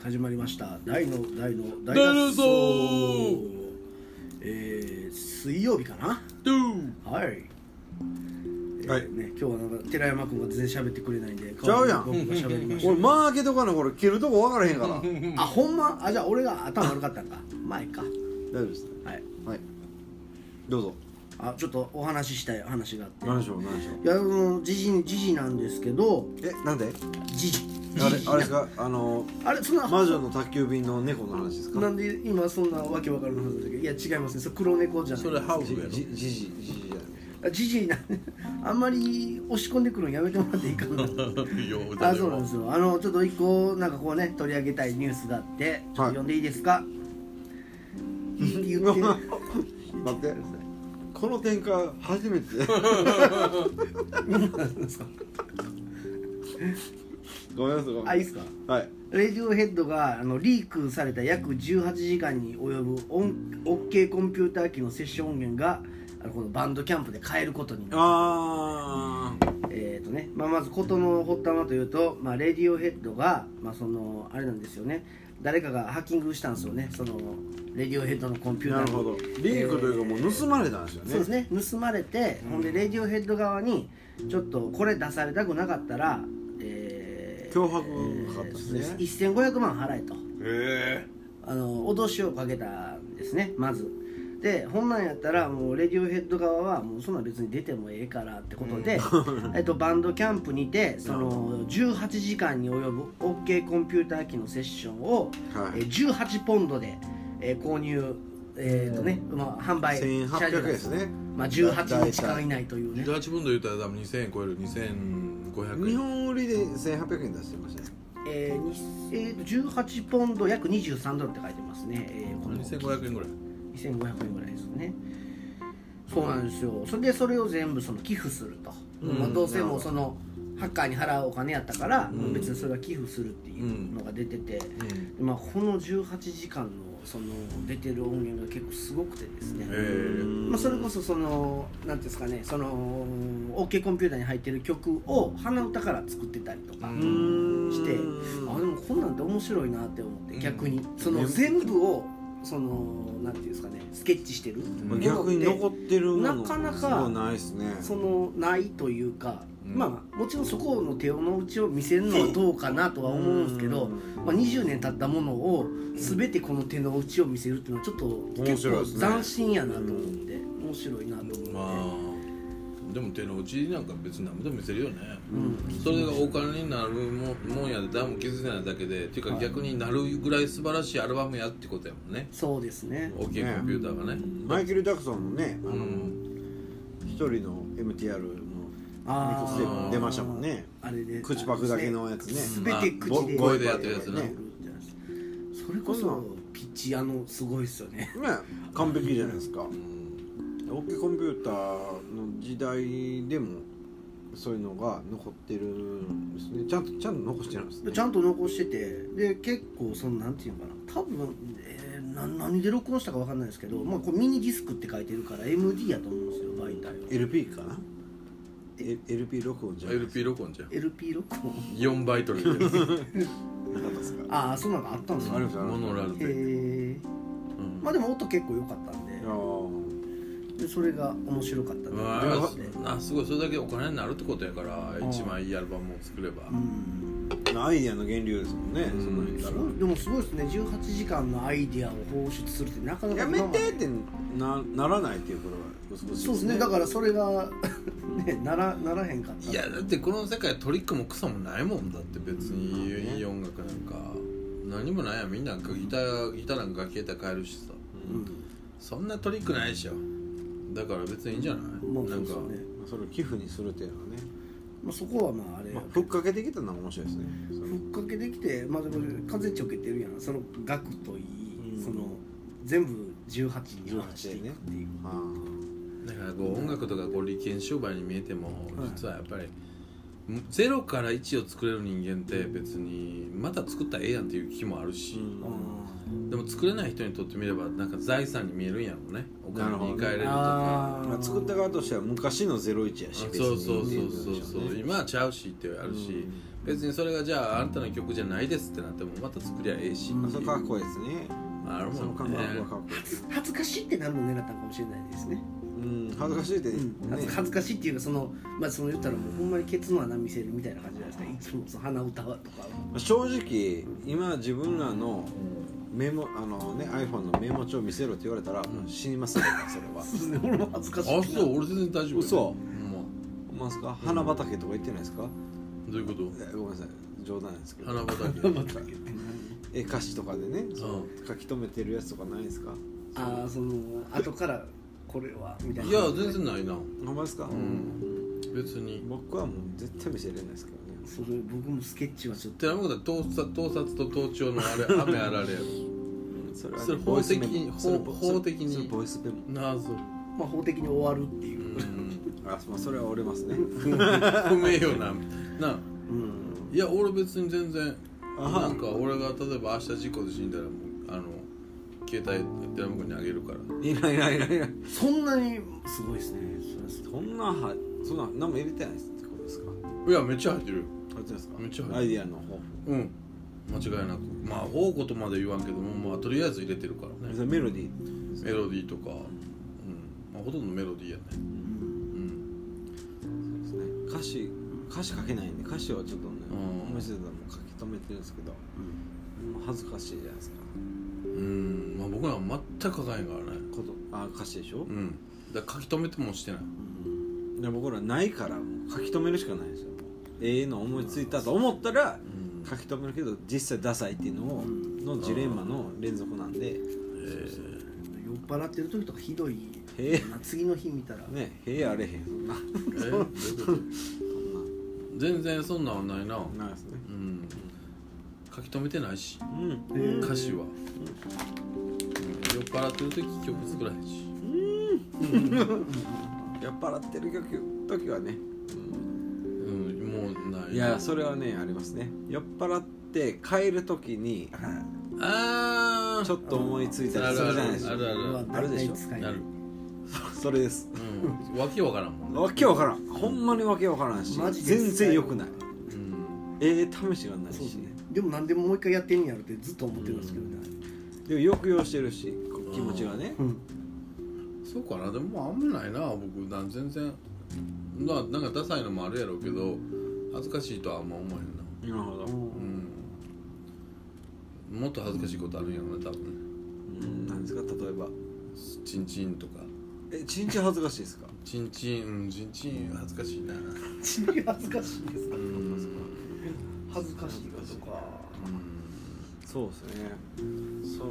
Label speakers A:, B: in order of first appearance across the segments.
A: 始まりました大の大の大
B: 大脱走
A: えー、水曜日かな
B: ド
A: はい、えー
C: はい
A: ね、今日はなんか寺山君が全然喋ってくれないんで
C: ちゃうやん
A: 僕が喋りまし
C: 俺間開けとかなこれ切るとこ分か らへんから大
A: たあほんまあじゃあ俺が頭悪かったんか前か
C: 丈夫です
A: はい
C: はいどうぞ
A: あちょっとお話ししたい話があって
C: 何でしょう何でしょう
A: いやその時事時事なんですけど
C: えなんで
A: 時事
C: あれあれですかあの
A: あれそんな
C: 魔女の宅急便の猫の話です
A: な
C: か
A: んで今そんなわけわからない話だけどいや違いますねそれ黒猫じゃない
B: それハウ
C: じ
B: ルやろ
C: じじじじじじ
A: あじじいなんであんまり押し込んでくるのやめてもらっていいか な
B: いや
A: あそうなんですよあのちょっと一個なんかこうね取り上げたいニュースがあってちょっと読んでいいです か、い、いって言って
C: 待ってこの展開初 めて
A: なんですか
C: ごめんなさいごめん
A: あ
C: ない
A: い
C: さ
A: っすか
C: いはい
A: レディオヘッドがあのリークされた約18時間に及ぶ音 OK コンピューター機のセッション音源があのこのバンドキャンプで変えることになる
C: あ
A: えーとねまあ、まず事の発端はというと、まあ、レディオヘッドが、まあ、そのあれなんですよね誰かがハッキングしたんですよねそのレディオヘッドのコンピ
C: ー
A: ュータ
C: な
A: ー
C: る
A: に
C: ほどリークというかもう盗まれたんですよ
A: そうです
C: ね
A: ね盗まれて、ほんでレディオヘッド側にちょっとこれ出されたくなかったら、えー
C: 脅迫がかかったんですね
A: えーそうです1500万払えと
B: え
A: あの脅しをかけたんですねまずで本なんやったらもうレディオヘッド側はもうそんなん別に出てもええからってことで、 えっと、バンドキャンプにてその18時間に及ぶ OK コンピューター機のセッションを、
C: は
A: え
C: い
A: ー18ポンドで、えー購入えーとね、まあ、販売
C: 1800円ですね
A: まあ、18日間以内というね
B: 18分で言ったら多分2000円超える2500
C: 日
B: 円
C: 本売りで1800円出してましたね
A: えーにえー18ポンド約23ドルって書いてますね、えーこの
B: 2500円ぐらい
A: 2500円ぐらいですよねそうなんですよそれでそれを全部その寄付すると、
B: うん
A: まあ、どうせもうそのハッカーに払うお金やったから、
B: うん
A: 別にそれは寄付するっていうのが出てて、
B: うん
A: まあ、この18時間のその出てる音源が結構すごくてですね、
B: えー
A: まあ、それこそその何ていうんですかねその OK コンピューターに入ってる曲を鼻歌から作ってたりとか、
B: うん
A: してあで
C: て
A: もこんなんって面白いなって思って、
B: うん
A: 逆にその全部をそのなんていうんですかねスケッチしてる
B: まあ
C: 逆に残
A: っ
C: ってるもの
A: なかなか
C: すごいないですね
A: そのないというか、
B: うん
A: まあまあもちろんそこの手の内を見せるのはどうかなとは思うんですけど、まあ、20年経ったものを全てこの手の内を見せるっていうのはちょっと
C: 面
A: 結
C: 白い
A: 構
C: ですね
A: 斬新やなと思って、面白いなと思って、
B: まあでも手の内なんか別に何でも見せるよね
A: うん、
B: それがお金になるももんやで誰も気づいてないだけでっていうか逆になるぐらい素晴らしいアルバムやってことやもんね
A: そうですね
B: 大きいコンピューターがね
C: マイケル・ジャクソンもねあ
B: う
C: の
B: ん
C: 一人の MTR のミックステープ
A: あ
C: も
A: あ
C: 出ましたもんね
A: あれで
C: 口パクだけのやつね
A: 全て口で
C: あ
B: 声でやってるやつな
C: ね
A: それこそピッチあのすごいっすよね
C: ね完璧じゃないですか
B: うん
C: 大きいコンピューターの時代でもそういうのが残ってるんですねちゃんとちゃんと残してるんですね
A: ちゃんと残しててで結構そのなんていうのかな多分、えーな何で録音したかわかんないですけど、まあ、これミニディスクって書いてるから MD やと思うんですよ媒体は
C: LP かなえ LP 録音じゃないですか
B: LP 録音じゃん
A: LP 録音
B: 4倍取れてる
C: なかったですか
A: ああそんなのあったんです
C: あり
A: ね
C: ますあり
B: モ
C: ます
B: ノラル
A: へ
B: で
A: え
B: うん
A: まあでも音結構良かったん
C: あ
A: で
C: ー
A: でそれが面白かったなと思
B: あ
A: って
B: あすごいそれだけお金になるってことやから一枚いいアルバムを作れば
A: うん
C: アイディアの源流ですもんね、
B: うん
C: その辺
A: す
C: か
A: ごいでもすごいですね18時間のアイディアを放出するってなかな
C: ら
A: か
C: や
A: 今まで
C: めてってなならないっていうことが美しい
A: そうですねだからそれが ねならならへんかった
B: いやだってこの世界トリックもクソもないもんだって別にいい音楽なんか何もないやんみんなギターギターなんか消えたら買えるしさ
A: うん
B: そんなトリックないでしょだから別にいいんじゃない
A: まあ
B: な
A: そうんです
B: か
A: よね
C: まあそれを寄付にするっていうのはね、
A: まあそこはまああれ
C: まあ、ふっかけてきたのは面白いですねそ
A: ふっかけできてまあでも風ちょけてるやんその額といい、
C: うん
A: その全部18に話していくっていう、
C: あー
B: だからこう音楽とかこう利権商売に見えても実はやっぱりゼロから1を作れる人間って別にまた作ったらええやんっていう気もあるし、
C: うん
B: でも作れない人にとってみればなんか財産に見えるんやろうねお金に換えれるとか
A: あー
C: まあ、作った側としては昔の『ゼロイチやし
B: そうそうそう
C: 別にってい
B: そう
C: こ
B: そう
C: とでしょね
B: 今はちゃうしってあるし、
C: うん
B: 別にそれがじゃああなたの曲じゃないですってなってもまた作りゃええし
A: うん
C: まあ、そこはこうですね
B: ある
C: その
B: も
C: 感
B: んね
C: 覚はかっこいい
A: 恥ず恥ずかしいって何も狙ったんかもしれないですね、
C: うん恥ずかしいって、
A: うん、恥
C: ね
A: ず恥ずかしいっていうかそのまあその言ったらもうほんまにケツの穴見せるみたいな感じじゃないですかいつもその鼻歌はとかは
C: 正直今自分らのメモあのね iPhone のメモ帳見せろって言われたら、
B: ん
C: 死にますよそれは
A: そうですね俺も恥ずかしい
B: あそう俺全然大丈夫よ
C: 嘘
B: も
C: ほんまですか花畑とか行ってないですか、
B: うどういうこと
C: えごめんなさい冗談ですけど
B: 花畑
A: また
C: 絵歌詞とかでね、その書き留めてるやつとかないですか
A: ああその後からこれはみたいない
B: いや全然ないな
C: ほんまですか、
B: ん別に
C: 僕はもう絶対見せれないですけどね
A: それ僕もスケッチはちょっと
B: 寺山君は盗撮盗撮と盗聴のあれ雨あられや
C: それ
B: それ法的に
C: ボイスメモ
B: 法
C: それ
B: 法的に
C: それボイスメモ
B: なあそう
A: まあ法的に終わるっていうう、
B: ん
C: あ、まあ、それは折れますね
B: 不明よななあ
A: うん、
B: いや俺別に全然
C: あは
B: なんか俺が例えば明日事故で死んだらもうあの携帯寺山君にあげるから
C: いないいないいないいない
A: そんなにすごいですねそれはす
C: そんなはそんな何も入れてないってことですか
B: いやめっちゃ入ってるよ
C: 入ってないですか
B: めっちゃ入る
C: アイディアの方
B: うん間違いなくまあ方向とまで言わんけどもまあとりあえず入れてるからね
C: それメロディー
B: メロディーとか、うんまあ、ほとんどメロディーやねうん
C: そうですね歌詞歌詞書けないんで歌詞はちょっとね
B: うん
C: 思いついたらもう書き留めてるんですけどもう恥ずかしいじゃないですか
B: うんまあ僕らは全く書かへんからね
C: ことあ歌詞でしょ
B: う、んだから書き留めてもしてない
C: で僕らないからもう書き留めるしかないんですよええの思いついたと思った
B: う
C: ら
B: ん
C: 書き留めるけど実際ダサいっていうのをのジレンマの連続なん
B: え
C: で
A: 酔っ払ってる時とかひどい
C: へえ
A: 次の日見たら
C: ねえへえあれへんそんなそ
B: ーえーどういうこと
C: ん
B: 全然そんなんはないな
C: なないですね
B: うん書き留めてないし
C: うん
A: うん
B: 歌詞は、酔っ払ってる時曲作らへんし
C: 酔っ払ってる時時はね、
B: うんもうない
C: いやそれはねありますね酔っ払って帰る時に
B: あー
C: ちょっと思いついた
B: あ
C: り
B: る
C: す
B: あ
C: る
B: る
C: じゃないです
B: あ
C: か
B: るある
A: は大体使え
B: な
A: る
B: る
C: それです
B: うんわけわからんもんね
C: わけわからんほんまにわけわからんし
A: マジで
C: 全然良くない
B: うん
C: ええ試しがない
A: そうです
C: し
A: ねでもなんでもう一回やってんやろってずっと思ってるんですけどね、
C: でも抑揚してるしこう気持ちがね
A: うん、
B: そうかなでもあんまないな僕な全然まあなんかダサいのもあるやろうけど恥ずかしいとはあんま思えへんな
C: なるほど
B: うんもっと恥ずかしいことあるんやろうね多分
C: うんなんですか例えば
B: チンチンとか
C: えちんちん恥ずかしいですか
B: チンチンうんチンチン恥ずかしいな
A: ちなみに恥ずかしいですか
B: うん
A: 恥ずかしいことか
C: そうですねその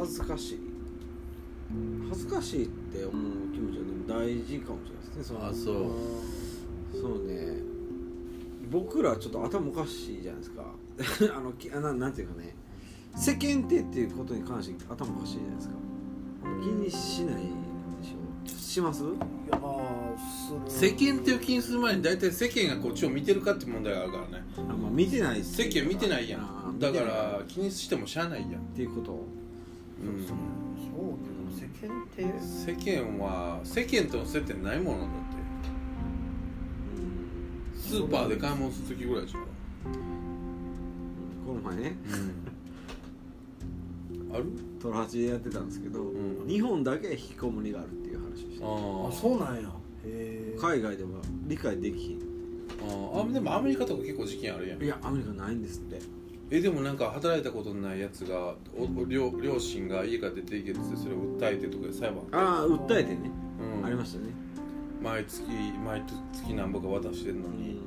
C: 恥ずかしい恥ずかしいって思う気持ちはでも大事かもしれないですねその
B: あそう
C: そうね僕らちょっと頭おかしいじゃないですか あのきあななんていうかね世間体っていうことに関して頭おかしいじゃないですか気にしないでしょします
A: いやーそれ
B: 世間体を気にする前に大体世間がこっちを見てるかって問題があるからね
C: あ、まあ、見てない
B: 世間見てないやんだか
C: っ
B: ら気にしてもしゃあないやん、
C: ていうこと
B: うん
A: そうそうでも世間って
B: 世間は世間との接点ないものだってスーパーで買い物する時ぐらいでしょ、
C: この前ね
B: ある
C: トロハチでやってたんですけど、
B: うん
C: 日本だけ引きこもりがあるっていう話をして
B: あ
A: あ
B: そ
A: そうなんやへえ
C: 海外では理解できひん
B: あーあでもアメリカとか結構事件あるやん
C: いやアメリカないんですって
B: えでもなんか働いたことのないやつがおお両両親が家から出ていけってそれを訴えてとかで裁判
C: ああ訴えてね、
B: うん
C: ありましたね
B: 毎月毎月なんぼか渡してんのに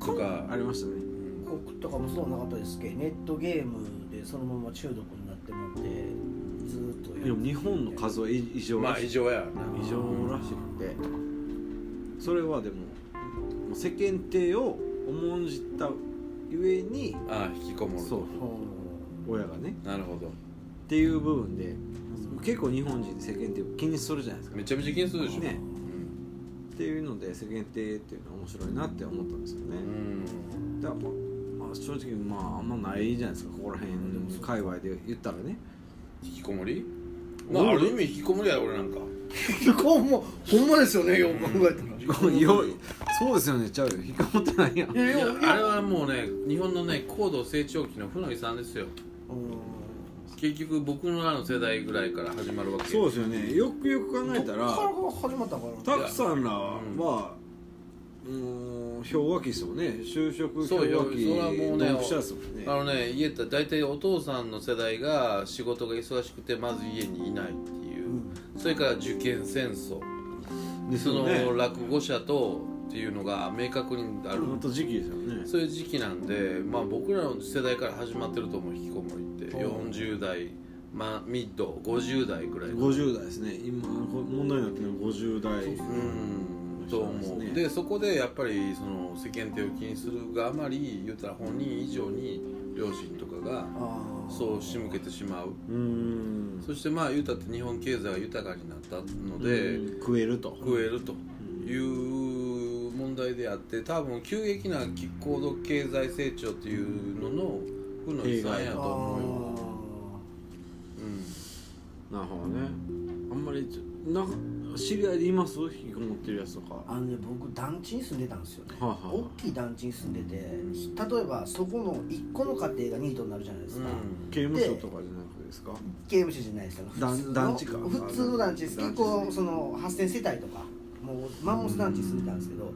B: とか
C: ありましたね
B: うん
A: 僕とかもそうなかったですけどネットゲームでそのまま中毒になってもってずーっとやって
C: でも日本の数は異異常
B: ま
C: ら
B: あ
C: しい、
B: 異常やな
C: 異常らしくてそれはでももう世間体を重んじたゆえに
B: ああ引きこもる
C: そう
A: うん
C: 親がね
B: なるほど
C: っていう部分で結構日本人って世間体を気にするじゃないですか
B: めちゃめちゃ気にするでしょ
C: ね
B: うん
C: っていうので世間体っていうのは面白いなって思ったんですよね、
B: うん
C: だからまあ、まあ、正直まああんまないじゃないですかここら辺でも界隈で言ったらね
B: 引きこもりまあある意味引きこもりや俺なんか
A: こうもうほんまですよねよく考えたら
C: よそうですよねちゃうよ引っかもって ないやん
A: いやいや
B: いや
A: い
B: あれ
A: や
B: はもうね日本のね高度成長期の船木さんですよ
A: うん
B: 結局僕らの世代ぐらいから始まるわけ
C: そうですよねよくよく考えた
A: ど
C: ら
A: っからが始まったんかな
C: たくさんらはうん氷河期ですもんね就職
B: そう
C: 氷河期
B: それはもうね
C: ドンピシャですもんね
B: あのね家って大体お父さんの世代が仕事が忙しくてまず家にいないっていう、それから受験戦争
C: で
B: そ
C: すよ
B: の
C: ね
B: 落語者とっていうのが明確にある、
C: 本当時期ですよね
B: そういう時期なんで、まあ、僕らの世代から始まってると思う引きこもりって
A: うん
B: 40代、まあ、ミッド50代ぐらい
C: 50代ですね今こ問題になってるのは50代
B: うんと思う
C: そうですね
B: でそこでやっぱりその世間体を気にするがあまり言ったら本人以上に両親とかが
A: ああ
B: そう仕向けてしまう
C: うん
B: そしてまあ言うたって日本経済が豊かになったので、
C: うん食えると
B: 増えるという問題であって多分急激な高度経済成長っていうのの負の遺産や
A: あ
B: と
A: ー
B: 思うよ、
C: なるほどねあんまりちょなんか知り合いでいます引きこもってるやつとか
A: あのね僕団地に住んでたんですよね
C: はあはあ
A: 大きい団地に住んでて例えばそこの1個の家庭がニートになるじゃないです
B: うん
A: か、
C: 刑務所とかじゃなくてですか
A: 刑務所じゃないですよ
C: 団
A: 普通の
C: 団地か
A: 普通の団地です
C: 団
A: 結
C: 地
A: 構その8000世帯とかもうマンモス団地に住んでたんですけど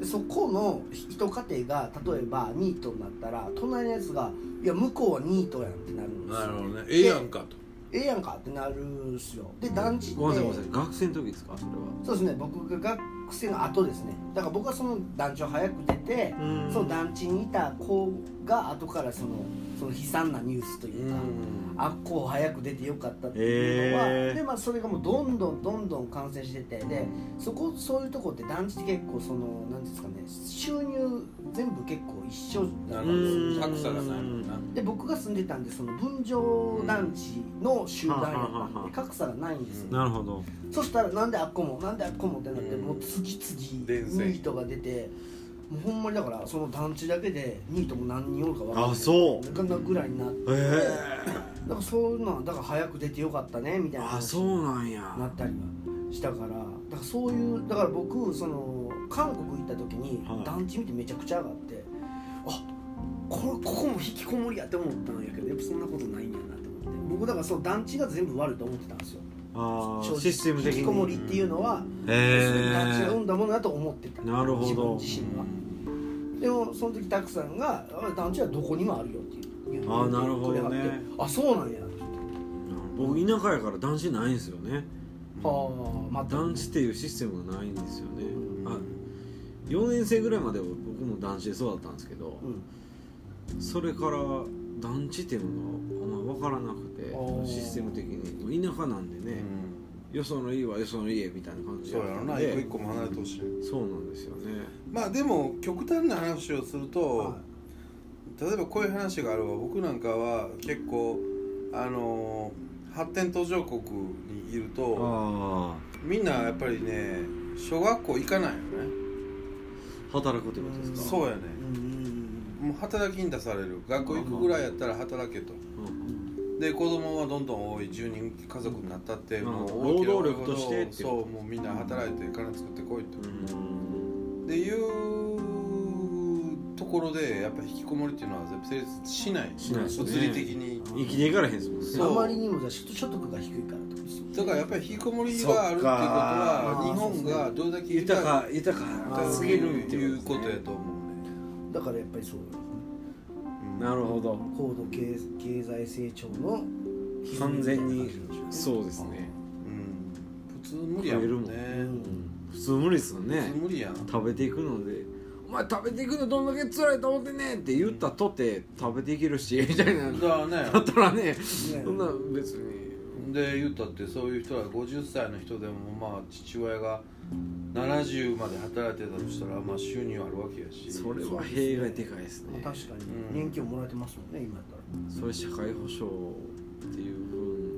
A: でそこの一家庭が例えばニートになったら隣のやつが「いや向こうはニートやん」ってなるんです
B: なる
A: よ
B: ほどねええやんかと
A: ええやんかってなるんすよで団地って
C: ごめんなさいごめんなさい学生の時ですかそれは
A: そうですね僕が学生の後ですねだから僕はその団地を早く出てその団地にいた子が後からそのその悲惨なニュースというか、あっこう早く出てよかったっていうのは、
C: へー
A: でまあそれがもうどんどんどんどん感染しててでそこそういうとこって団地って結構その何ですかね収入全部結構一緒
B: な
A: な
B: る
A: んですよ
C: う
B: ほ
C: ん
B: ど格差がないもんな
A: で僕が住んでたんでその分譲団地の集団やったんで格差がないんですよ
C: なるほど
A: そしたらなんであっこもなんであっこもってなって
B: うん
A: もう次々
B: 伝染
A: ニートが出てもうほんまにだからその団地だけでニートも何人おるか分からない
C: あそう
A: なかなかぐらいになって
C: え
A: だからそういうのはだから早く出てよかったねみたいな
C: あ
A: 話
C: そうなんや
A: なったりはしたからだからそういうだから僕その韓国行った時に
C: はい
A: 団地見てめちゃくちゃ上がって、あこれここも引きこもりやって思ったんやけどやっぱそんなことないんやなと思って僕だからその団地が全部悪いと思ってたんですよ
C: あ
A: 正
C: ー
A: 直
C: システム的
A: 引きこもりっ
C: に
A: ていうのは、その団地が
C: え
A: 生んだものだと思ってた
C: なるほど
A: 自分自身はでもその時たくさんがあ「団地はどこにもあるよ」っていう
C: あーなるほどね
A: これがあってあそうなんやって
C: 僕田舎やから団地ないんですよね
A: はあまた
C: 団地っていうシステムがないんですよね
A: うん
C: あ4年生ぐらいまでは僕も団地で育ったんですけど
A: うん
C: それから団地っていうのがあんま分からなく
A: あー
C: てシステム的にもう田舎なんでねよその家はよその家みたいな感じ
B: そうやろな
C: で
B: 一個一個も離れてほしい
C: そうなんですよね
B: まあでも極端な話をすると、
A: はい
B: 例えばこういう話があるわ僕なんかは結構あのー発展途上国にいると
C: あ
B: みんなやっぱりね小学校行かないよね
C: あ働くってことですか
B: そうやね
A: うんうんうん
B: もう働きに出される学校行くぐらいやったら働けとで子供はどんどん多い10人家族になったって、
C: うん
B: もう
C: 労働力
B: 大きな
C: としてっていう
B: そうもうみんな働いて金作ってこいと
C: うんうん
B: でいうところでやっぱ引きこもりっていうのは絶対成立しない
C: しないですね
B: 物理的に
C: 生きていかれへんですもんね
B: そう
A: あまりにもじゃあ所得が低いからってことですよね
B: だからやっぱり引きこもりがあるっていうことは
A: そっ
B: 日
A: か
B: 本がどれだけ
C: 豊か豊かすぎるって
B: という
C: こ
B: ことと
C: で
B: や
C: すね
B: と思うね
A: だからやっぱりそうだよね
C: なるほど
A: 高度経経済成長の
C: 完全に
A: 歪みみたいな感じなんでしょうね
C: そうですね
B: うん普通無理やもんね
C: 増
A: るもん
C: うん普通無理ですよね
B: 普通無理やん
C: 食べていくので「お前食べていくのどんだけ辛いと思ってんねん」って言ったとて食べていけるしみたいな
B: だから
C: だっ
B: ね
C: たらね
A: ね
C: そんな別に
B: で言うたってそういう人は50歳の人でもまあ父親が70まで働いてたとしたらまあ収入あるわけやし
C: それは弊害でかいですね
A: 確か
B: うん
A: に年金をもらえてますもんね今やったら
C: それ社会保障っていう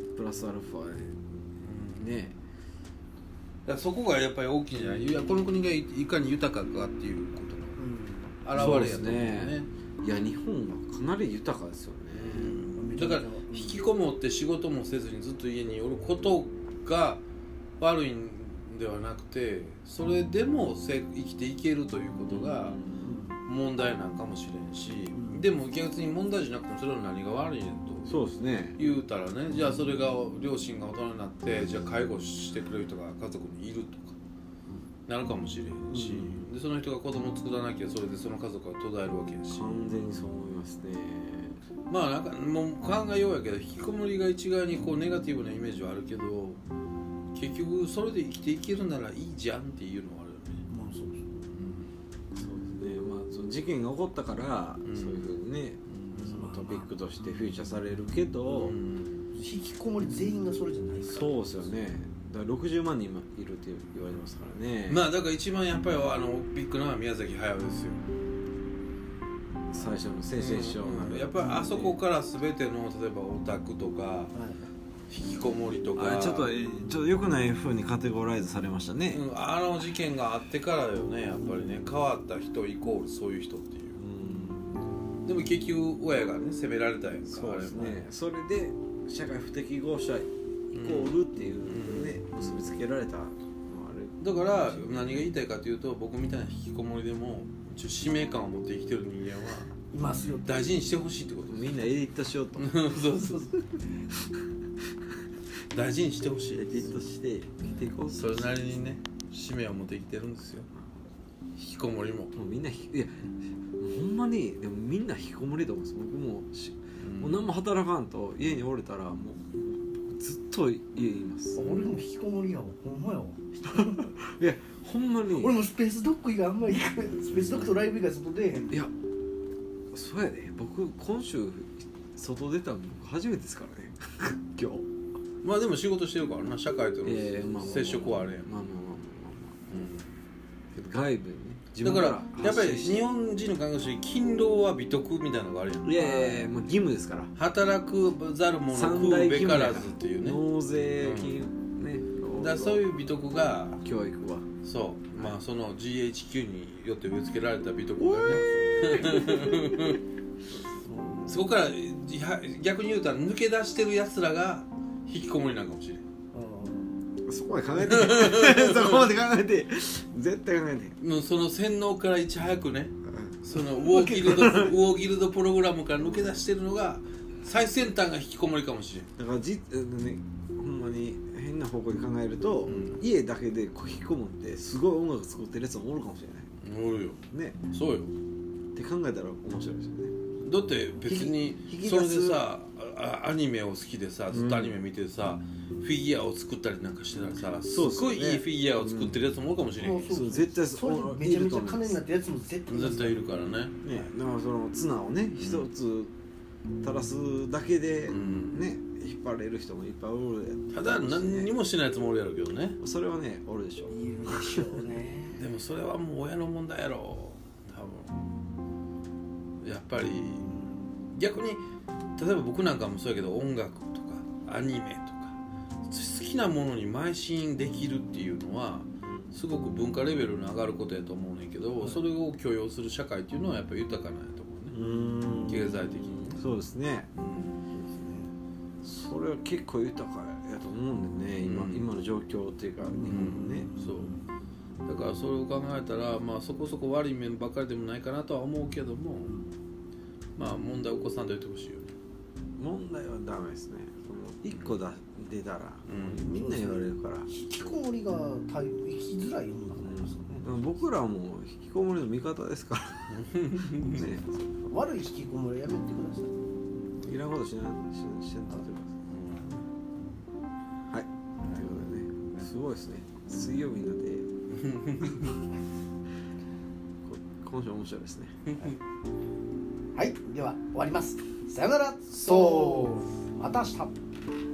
C: 分プラスアルファ
B: うん
C: でね
B: だからそこがやっぱり大きいんじゃないいやこの国がいいかに豊かかっていうこ
A: う
B: との表れやと思う
C: そうです
B: ね
C: ねいや日本はかなり豊かですよね
B: だから引きこもって仕事もせずにずっと家におることが悪いんではなくてそれでもせ生きていけるということが問題なんかもしれんし、
A: ん
B: でも逆に問題じゃなくてもそれは何が悪いねんと
C: そうですね
B: 言うたらねじゃあそれが両親が大人になってじゃあ介護してくれる人が家族にいるとかなるかもしれんし、
C: うん
B: でその人が子供を作らなきゃそれでその家族は途絶えるわけやし、
C: 完全にそう思いますね
B: まあなんかもう考えようやけど引きこもりが一概にこうネガティブなイメージはあるけど結局それで生きていけるならいいじゃんっていうのはあるよね
A: まあそうそう
C: そうですねまあその事件が起こったから、
B: うん
C: そういうふうにねそのトピックとしてフィーチャーされるけ
B: う
C: ど、
B: ん
A: 引きこもり全員がそれじゃないから
C: そうですよねだから60万人今いるって言われてますからね
B: まあだから一番やっぱりあのビッグなのは宮崎駿ですよ
C: 最初の性戦症
B: うんやっぱりあそこから全ての例えばオタクとか
A: はい
B: 引きこもりとか
C: あちょっとえーちょっと良くないふうにカテゴライズされましたね
B: うんあの事件があってからよねやっぱりね変わった人イコールそういう人っていう
C: うん
B: でも結局親がね責められたやんか
C: そうです
B: あれも
C: ねそれで社会不適合者イコールっていうね、結びつけられたのはあ
B: だから何が言いたいかというと僕みたいな引きこもりでも一応使命感を持って生きてる人間はい
A: ますよ
B: 大事にしてほしいってこ
C: れ
B: と
C: みんなエディットしようと
B: です そうそうそう大事にしてほし
C: エデ
B: い
C: ィットして生きていこう
B: それなりにね使命を持って生きてるんですよ引きこもりも、
C: もうみんなひいやほんまにでもみんな引きこもりだと思うんです僕もし、もう何も働かんと家におれたらもうずっと家にいます
A: 俺も引きこもりやわほんまやわ
C: いやほんまに
A: 俺もスペースドッグ以外あんまり行かないスペースドッグとライブ以外外出えへん
C: いやそうやね僕今週外出たの初めてですからね 今日
B: まあでも仕事してるからな社会と
C: ええまあまあまあ
B: の接触はあれやん、
C: まあまあまあまあまあ外部にね自
B: だ
C: 分
B: か
C: からら
B: やっぱり
C: 発信して
B: 日本人の感覚として勤労は美徳みたいなのがあるやん
C: いやいやいやもう義務ですから
B: 働くざる者
C: 三
B: 食
C: 大
B: う
C: 義
B: べ
C: 務
B: か
C: や
B: ら
C: から
B: ずっていうね
C: 納税金、ね
B: だからそういうう美徳が
C: 教育は
B: そうまあその GHQ によって植え付けられた美徳がねそこからいや逆に言うたら抜け出してるやつらが引きこもりなんかもしれん
C: そこまで考 えてそこまで考えて絶対考えて
B: もうその洗脳からいち早くねそ のウォーギルドウォーギルドプログラムから抜け出してるのが最先端が引きこもりかもしれん
C: だからじ、ね、ほんまに変な方向に考えると、
B: うん
C: 家だけでこう引きこもってすごい音楽作ってるやつもおるかもしれ
B: おるよ
C: ないね
B: そうよ
C: って考えたら面白いですよね
B: だって別に
C: 引き引き出す
B: それでさああアニメを好きでさずっとアニメ見てさ、フィギュアを作ったりなんかしてたらさす
C: そう
B: っ
C: っす
B: ご
C: よね
B: いいいフィギュアを作ってるやつも多いかもしれん、
A: うん
C: そう絶対
A: それでめちゃめちゃ金になったやつも絶対います
B: 絶対いるからね
C: ねだからその綱をね一つ垂らすだけで、
B: うん
C: ね引っ張れる人もいっぱいおるや
B: ただ何にもしないやつもおるやろうけどね
C: それはねおるでしょ
A: いるでしょうね
B: でもそれはもう親の問題やろ多分やっぱり逆に例えば僕なんかもそうやけど音楽とかアニメとか好きなものに邁進できるっていうのはすごく文化レベルの上がることやと思うねんけど、それを許容する社会っていうのはやっぱ豊かなんやと思うね、
C: ん
B: 経済的にね、
C: そうですねそれは結構豊かやと思うんでね今,、
B: うん
C: 今の状況っていうか日本のね、
B: そうだからそれを考えたら、まあ、そこそこ悪い面ばかりでもないかなとは思うけどもまあ問題を起こさんといてほしいよね
C: 問題はダメですねその一個だ出たら、
B: うん
C: みんな言われるから、
A: 引きこもりが対応生きづらい世の中になりますよね
C: 僕らはもう引きこもりの味方ですからね
A: 悪い引きこもりやめてください
C: いらんことしないししんとってますはいということでねすごいですね水曜日になってこ今週面白いですね
A: はいでは終わりますさよならそうまた明日